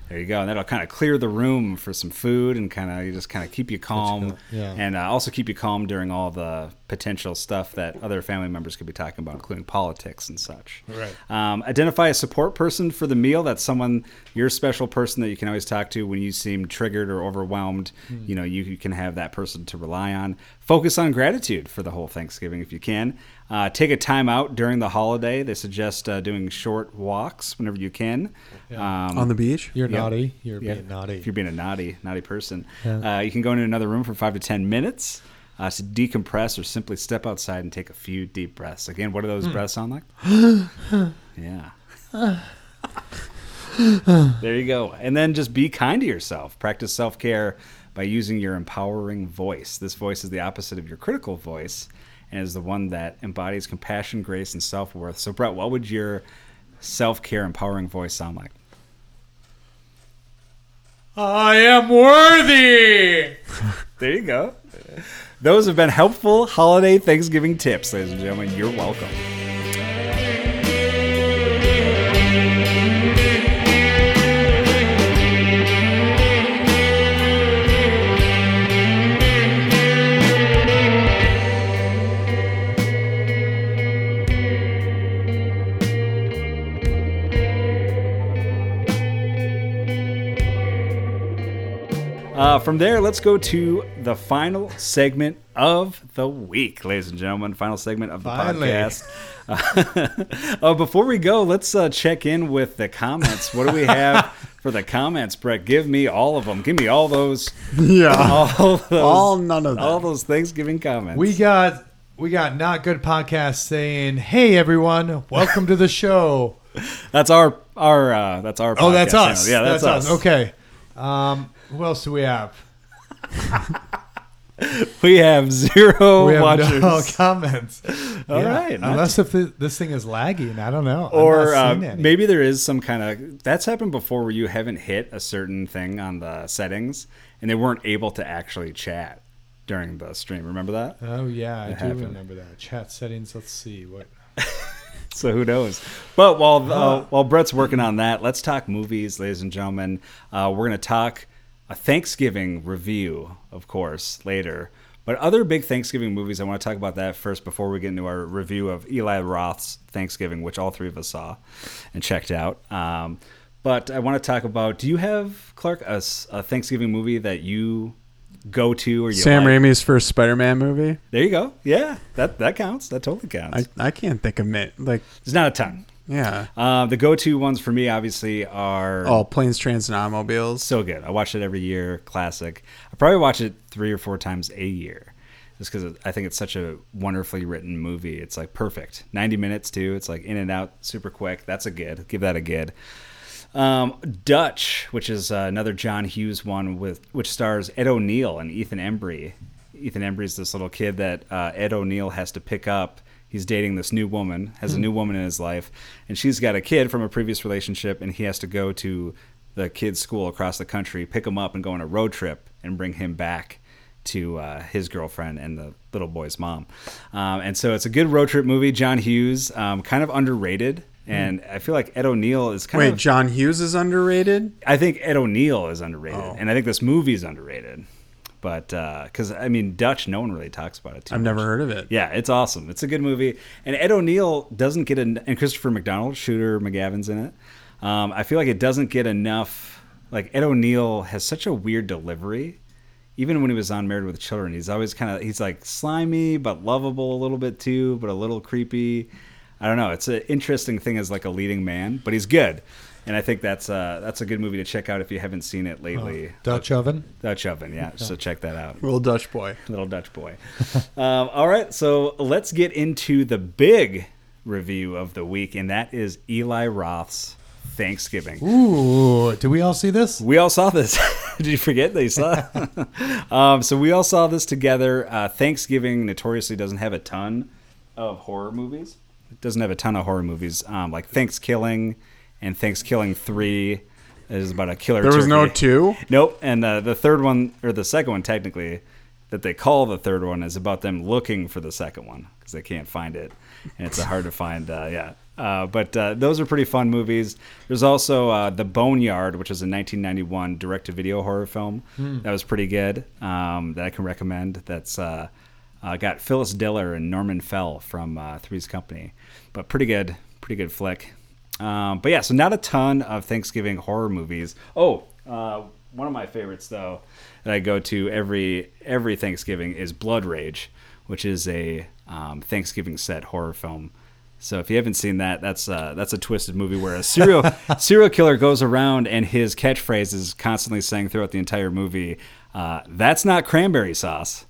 There you go. And that'll kind of clear the room for some food and kind of you just kind of keep you calm
Yeah.
and uh, also keep you calm during all the potential stuff that other family members could be talking about, including politics and such.
Right.
Um, identify a support person for the meal. That's someone, your special person that you can always talk to when you seem triggered or overwhelmed. You know, you, you can have that person to rely on. Focus on gratitude for the whole Thanksgiving if you can. Uh, take a time out during the holiday. They suggest uh, doing short walks whenever you can. Um,
on the beach.
You're
Yeah.
naughty. You're
yeah,
being naughty.
If you're being a naughty, naughty person,
Yeah.
uh, you can go into another room for five to ten minutes uh, to decompress, or simply step outside and take a few deep breaths. Again, what do
Hmm.
those breaths sound like? yeah. there you go. And then just be kind to yourself. Practice self care by using your empowering voice. This voice is the opposite of your critical voice and is the one that embodies compassion, grace, and self worth. So, Brett, what would your self care empowering voice sound like?
I am worthy.
There you go. Those have been helpful holiday Thanksgiving tips, ladies and gentlemen. You're welcome. Uh, from there, let's go to the final segment of the week, ladies and gentlemen. Final segment of the
Finally.
podcast. Uh, before we go, let's uh, check in with the comments. What do we have for the comments, Brett? Give me all of them. Give me all those.
Yeah.
All those.
All none of them.
All those Thanksgiving comments.
We got we got not good podcast saying, "Hey everyone, welcome to the show."
that's our our uh, that's our.
Oh, that's
podcast channel.
us.
Yeah, that's, us.
Okay. Um, who else do we have?
We have zero
we have
watchers.
no Oh, comments. All right,
right, not
Unless if th- this thing is lagging, I don't know. I'm
or
not
uh,
seeing any.
maybe there is some kind of that's happened before where you haven't hit a certain thing on the settings and they weren't able to actually chat during the stream remember that
Oh yeah, I do
happened.
remember that. Chat settings. Let's see what.
so who knows but while uh, while brett's working on that let's talk movies ladies and gentlemen uh, we're going to talk a thanksgiving review of course later but other big thanksgiving movies i want to talk about that first before we get into our review of eli roth's thanksgiving which all three of us saw and checked out um, but i want to talk about do you have clark a, s- a thanksgiving movie that you go to or you
Sam
like?
Raimi's first Spider-Man movie.
there you go yeah that that counts that totally counts
I, I can't think of it. Like,
there's not a ton
yeah.
uh, the go-to ones for me, obviously, are
Oh, planes, trains, and automobiles.
so good. I watch it every year, classic. I probably watch it three or four times a year, just because I think it's such a wonderfully written movie. It's like perfect, ninety minutes too. It's like in and out, super quick. That's a good. Give that a good. Um, Dutch, which is uh, another John Hughes one with which stars Ed O'Neill and Ethan Embry. Ethan Embry is this little kid that uh, Ed O'Neill has to pick up. He's dating this new woman, has a new woman in his life, and she's got a kid from a previous relationship, and he has to go to the kid's school across the country, pick him up, and go on a road trip and bring him back to uh, his girlfriend and the little boy's mom. Um, and so it's a good road trip movie. John Hughes, um, kind of underrated. And I feel like Ed O'Neill is kind
Wait,
of
John Hughes is underrated.
I think Ed O'Neill is underrated,
Oh.
and I think this movie is underrated. But because I mean, Dutch, no one really talks about it. Too
I've never
much.
heard of it.
Yeah, it's awesome. It's a good movie, and Ed O'Neill doesn't get en- and Christopher McDonald, Shooter McGavin's in it. Um, I feel like it doesn't get enough. Like Ed O'Neill has such a weird delivery. Even when he was on Married with Children, he's always kind of he's like slimy but lovable a little bit too, but a little creepy. I don't know. It's an interesting thing as like a leading man, but he's good, and I think that's uh, that's a good movie to check out if you haven't seen it lately.
Dutch oven.
Dutch Oven, yeah. So check that out
Real Dutch boy.
little Dutch boy. um, all right, so let's get into the big review of the week, and that is Eli Roth's Thanksgiving.
Ooh, did we all see this?
We all saw this. Did you forget that you saw? it? um, so we all saw this together. Uh, Thanksgiving notoriously doesn't have a ton of horror movies. It doesn't have a ton of horror movies, um, like Thanksgiving and Thanksgiving Three is about a killer.
There was no
turkey.
two?
Nope. And uh, the third one, or the second one, technically, that they call the third one is about them looking for the second one because they can't find it, and it's a hard to find. Uh, yeah. Uh, but uh, those are pretty fun movies. There's also uh, The Boneyard, which is a 1991 direct-to-video horror film that was pretty good um, that I can recommend. That's uh, uh, got Phyllis Diller and Norman Fell from uh, Three's Company, but pretty good, pretty good flick. Um, but yeah, so not a ton of Thanksgiving horror movies. Oh, uh, one of my favorites though that I go to every every Thanksgiving is Blood Rage, which is a um, Thanksgiving set horror film. So if you haven't seen that, that's uh, that's a twisted movie where a serial serial killer goes around and his catchphrase is constantly saying throughout the entire movie, uh, "That's not cranberry sauce."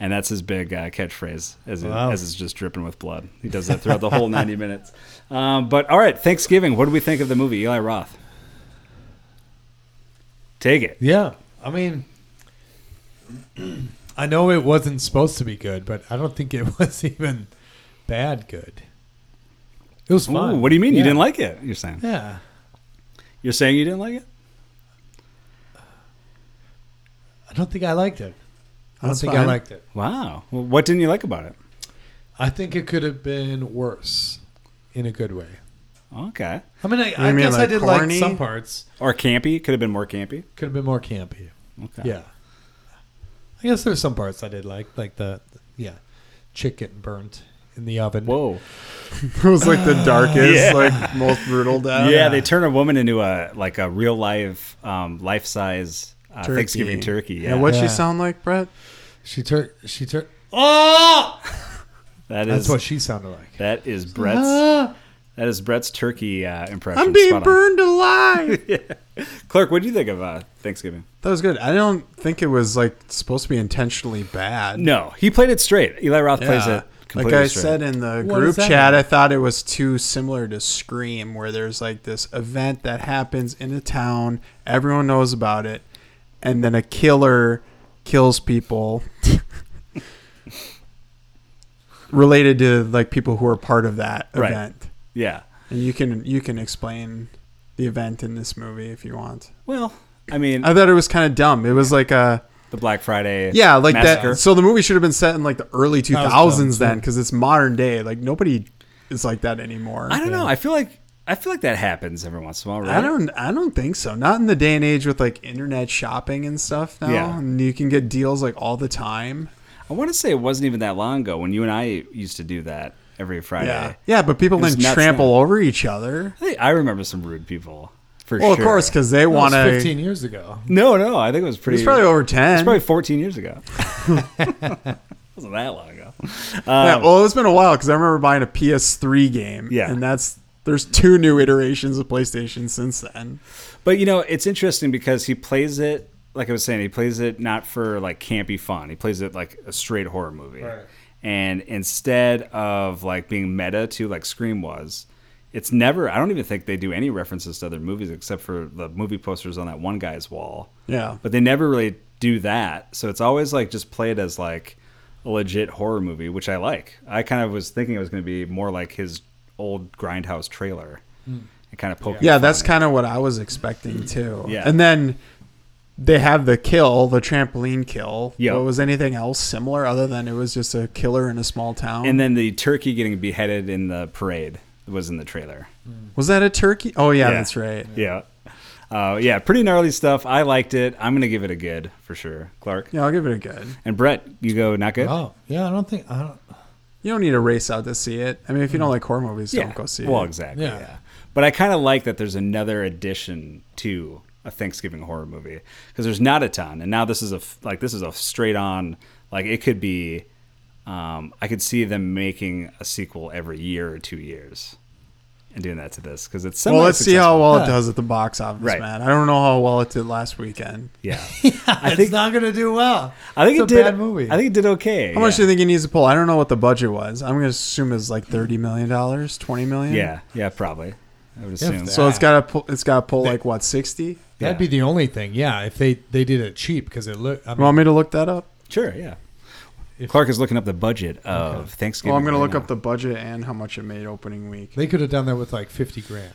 And that's his big uh, catchphrase as, it,
Wow.
as it's just dripping with blood. He does that throughout the whole 90 minutes. Um, but all right, Thanksgiving. What do we think of the movie, Eli Roth? Take it.
Yeah, I mean, I know it wasn't supposed to be good, but I don't think it was even bad good. It was fun.
Ooh, what do you mean you
Yeah.
didn't like it? You're saying
Yeah,
you're saying you didn't like it?
I don't think I liked it. I don't
That's
think I
fine.
liked it.
Wow. Well, what didn't you like about it?
I think it could have been worse in a good way.
Okay.
I mean, I, I
mean,
guess I
like,
did
corny?
like some parts.
Or campy? Could have been more campy.
Could have been more campy.
Okay.
Yeah. I guess there's some parts I did like, like the, yeah, chick getting burnt in the oven.
Whoa.
It was like the darkest,
Yeah.
like most brutal death.
yeah, they turn a woman into a like a real life, um, life size uh,
Turkey.
Thanksgiving turkey. Yeah,
what'd
Yeah.
she sound like, Brett?
She turned. She turned. Oh!
Ah! that
That's
is
what she sounded like.
that is Brett's
Ah!
that is Brett's turkey uh, impression.
I'm being
Spot on.
burned alive.
Clark, what do you think of uh, Thanksgiving?
that was good. I don't think it was like supposed to be intentionally bad.
No, he played it straight. Eli Roth plays
Yeah.
it
Like
completely
I
straight.
said in the
What
group
does that
chat,
mean?
I thought it was too similar to Scream, where there's like this event that happens in a town, everyone knows about it, and then a killer kills people related to like people who are part of that
Right.
event.
yeah.
And you can you can explain the event in this movie if you want.
Well, I mean,
I thought it was kind of dumb. It was like a
the Black Friday.
yeah, like
massacre.
that. So the movie should have been set in like the early two
was
thousands
dumb,
then, because it's modern day. Like nobody is like that anymore.
I don't know. I feel like I feel like that happens every once in a while. Right?
I don't. I don't think so. Not in the day and age with like internet shopping and stuff now,
Yeah.
and you can get deals like all the time.
I want to say it wasn't even that long ago when you and I used to do that every Friday.
Yeah, yeah, but people
It was
didn't
nuts
trample
then.
over each other.
I think I remember some rude people. For
Well, of
sure.
course, because they want
That was
to.
15 years ago.
No, no, I think it was pretty.
It's probably over ten.
It's probably 14 years ago. wasn't that long ago.
yeah, well, it's been a while because I remember buying a PS3 game.
Yeah.
and that's there's two new iterations of PlayStation since then.
But you know, it's interesting because he plays it like I was saying, he plays it not for like campy fun. He plays it like a straight horror movie.
Right.
And instead of like being meta to like Scream was, it's never I don't even think they do any references to other movies except for the movie posters on that one guy's wall.
Yeah,
But they never really do that. So it's always like just played as like a legit horror movie, which I like. I kind of was thinking it was going to be more like his old grindhouse trailer. And kind of poking
Yeah,
fun
that's
at-
kind of what I was expecting too.
Yeah.
And then they have the kill, the trampoline kill.
Yeah.
But Was anything else similar other than it was just a killer in a small town?
And then the turkey getting beheaded in the parade was in the trailer.
was that a turkey? Oh yeah, that's right.
Yeah. Uh, yeah, pretty gnarly stuff. I liked it. I'm going to give it a good for sure. Clark.
Yeah, I'll give it a good.
And Brett, you go not good?
Oh, yeah. I don't think. I don't.
You don't need to race out to see it. I mean, if you don't like horror movies,
Mm. yeah.
don't go see
Well,
it.
exactly. Yeah.
Yeah.
But I kind of like that there's another addition to a Thanksgiving horror movie because there's not a ton. And now this is a f- like this is a straight on like it could be um, I could see them making a sequel every year or two years and doing that to this because it's
Well, let's see how
semi-successful.
well it
Yeah.
does at the box office,
Right.
man. I don't know how well it did last weekend.
yeah
it's
think-
not going to do well.
I think
it's
it
a
did.
bad movie.
I think it did okay.
How much do you think it needs to pull? I don't know what the budget was. I'm gonna assume it's like thirty million dollars, twenty million.
Yeah, yeah, probably. I would assume.
that.
So it's gotta pull. It's gotta pull like what sixty?
That'd be the only thing. Yeah, if they they did it cheap because it looked. I mean,
You want me to look that up?
sure, yeah. Clark is looking up the budget of Thanksgiving.
Well, Oh, I'm going to
right
look
now.
up the budget and how much it made opening week.
they could have done that with like 50 grand.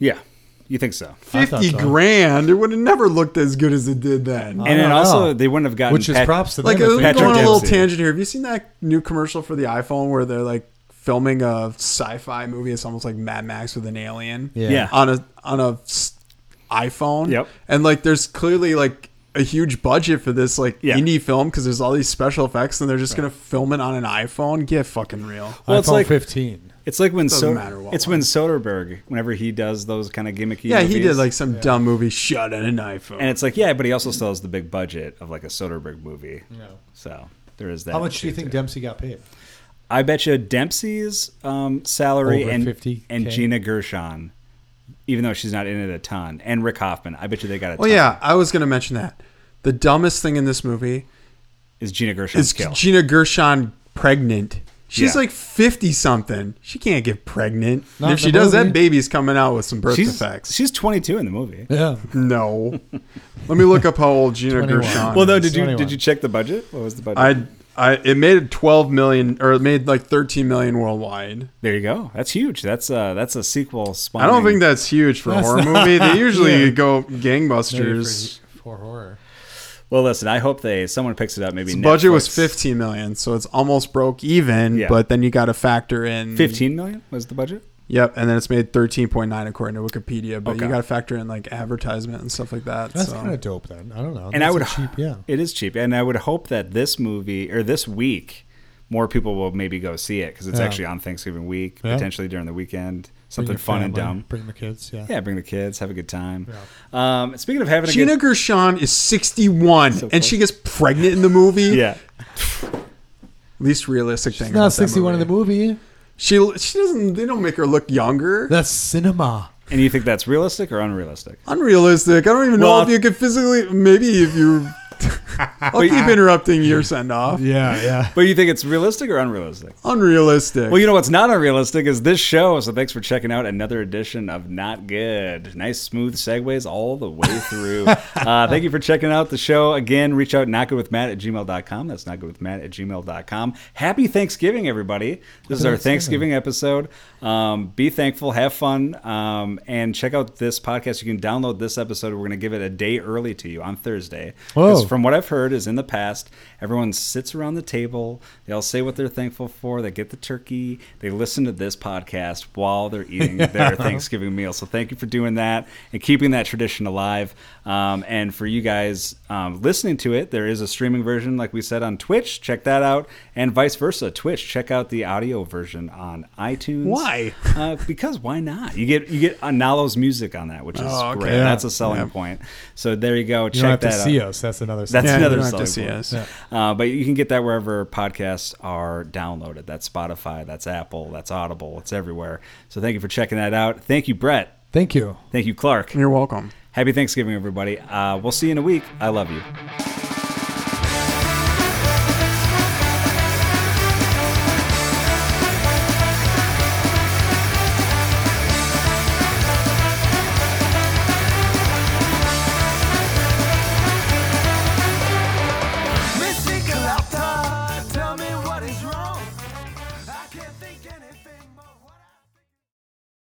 Yeah, you think so?
I thought
50
so.
grand. It would have never looked as good as it did then.
And then
don't
also
know.
they wouldn't have gotten
Which is
Pat-
props to them.
like,
if
I'm
they
going
Patrick
on a
did.
little
Dempsey.
tangent here. Have you seen that new commercial for the iPhone where they're like filming a sci-fi movie? It's almost like Mad Max with an alien.
Yeah.
Yeah.
On a on a s- iPhone.
Yep.
And like, there's clearly like a huge budget for this like
Yeah.
indie film because there's all these special effects and they're just going to film it on an iPhone. Get fucking real.
Well,
iPhone
it's like
15.
it's like when
Doesn't
so-
matter what
it's when Soderbergh, whenever he does those kind of gimmicky.
Yeah, he did
movies,
like some dumb movie shot on an iPhone.
and it's like yeah, but he also still has the big budget of like a Soderbergh movie.
No.
So there is that.
How much do you
too,
think
too.
Dempsey got paid?
I bet you Dempsey's um, salary
Over
and
50K.
and Gina Gershon, even though she's not in it a ton, and Rick Hoffman. I bet you they got a.
Well,
ton.
Oh, yeah, I was going to mention that. The dumbest thing in this movie
is Gina Gershon's
is
kill.
Gina Gershon pregnant. She's
Yeah.
like 50 something. She can't get pregnant.
Not
And if
in
she
the
does, that
movie.
baby's coming out with some birth
she's
defects.
she's 22 in the movie.
Yeah.
no. Let me look up how old Gina
21.
Gershon
Well, no,
is.
did you
21.
did you check the budget? What was the budget?
I, I, it made 12 million, or it made like 13 million worldwide.
there you go. That's huge. That's uh that's a sequel. Spawning.
I don't think that's huge for a horror movie. They usually
yeah.
go
Maybe
gangbusters.
For, for horror.
Well, listen, I hope they someone picks it up. Maybe
The budget was
Netflix.
15 million, so it's almost broke even.
Yeah.
But then you got to factor in
15 million was the budget.
Yep, and then it's made 13.9 according to Wikipedia. But
Okay.
you got to factor in like advertisement and stuff like that.
That's
so
kind of dope. Then I don't know.
and I
That's
would
a cheap. Yeah.
It is cheap, and I would hope that this movie or this week, more people will maybe go see it because it's
Yeah.
actually on Thanksgiving week,
Yeah.
potentially during the weekend,
Bring
something
the
fun and
family,
dumb.
Bring the kids. Yeah.
Yeah, bring the kids, have a good time. Um, speaking of having a
Gina
good,
Gershon is 61, and she gets pregnant in the movie.
yeah,
least realistic thing.
Not sixty-one in the movie.
She she doesn't. They don't make her look younger.
That's cinema.
and you think that's realistic or unrealistic?
Unrealistic. I don't even
Well,
know if you could physically. Maybe if you. I'll keep interrupting your send off.
Yeah, yeah.
But you think it's realistic or unrealistic?
Unrealistic.
Well, you know what's not unrealistic is this show. So thanks for checking out another edition of Not Good. Nice smooth segues all the way through. uh, thank you for checking out the show. Again, reach out notgoodwithmatt at gmail.com. That's notgoodwithmatt at gmail.com. Happy Thanksgiving, everybody. This is our Thanksgiving episode. Um, be thankful, have fun, um, and check out this podcast. You can download this episode. We're going to give it a day early to you on Thursday. 'Cause
Whoa.
from what I've heard is in the past, everyone sits around the table, they all say what they're thankful for, they get the turkey, they listen to this podcast while they're eating their Thanksgiving meal. So thank you for doing that and keeping that tradition alive. Um, and for you guys um, listening to it, there is a streaming version, like we said, on Twitch. Check that out, and vice versa. Twitch, check out the audio version on iTunes.
Why?
Uh, because why not? You get you get Analo's music on that, which is
Oh, okay.
great.
Yeah.
That's a selling point. So there you go.
You
check
don't have
that
to
out.
see us. That's another.
That's
Yeah, you
another
don't have to
selling
see
point.
us.
Uh, but you can get that wherever podcasts are downloaded. That's Spotify, that's Apple, that's Audible, it's everywhere. So thank you for checking that out. Thank you, Brett.
Thank you.
Thank you, Clark.
You're welcome.
Happy Thanksgiving, everybody. Uh, we'll see you in a week. I love you.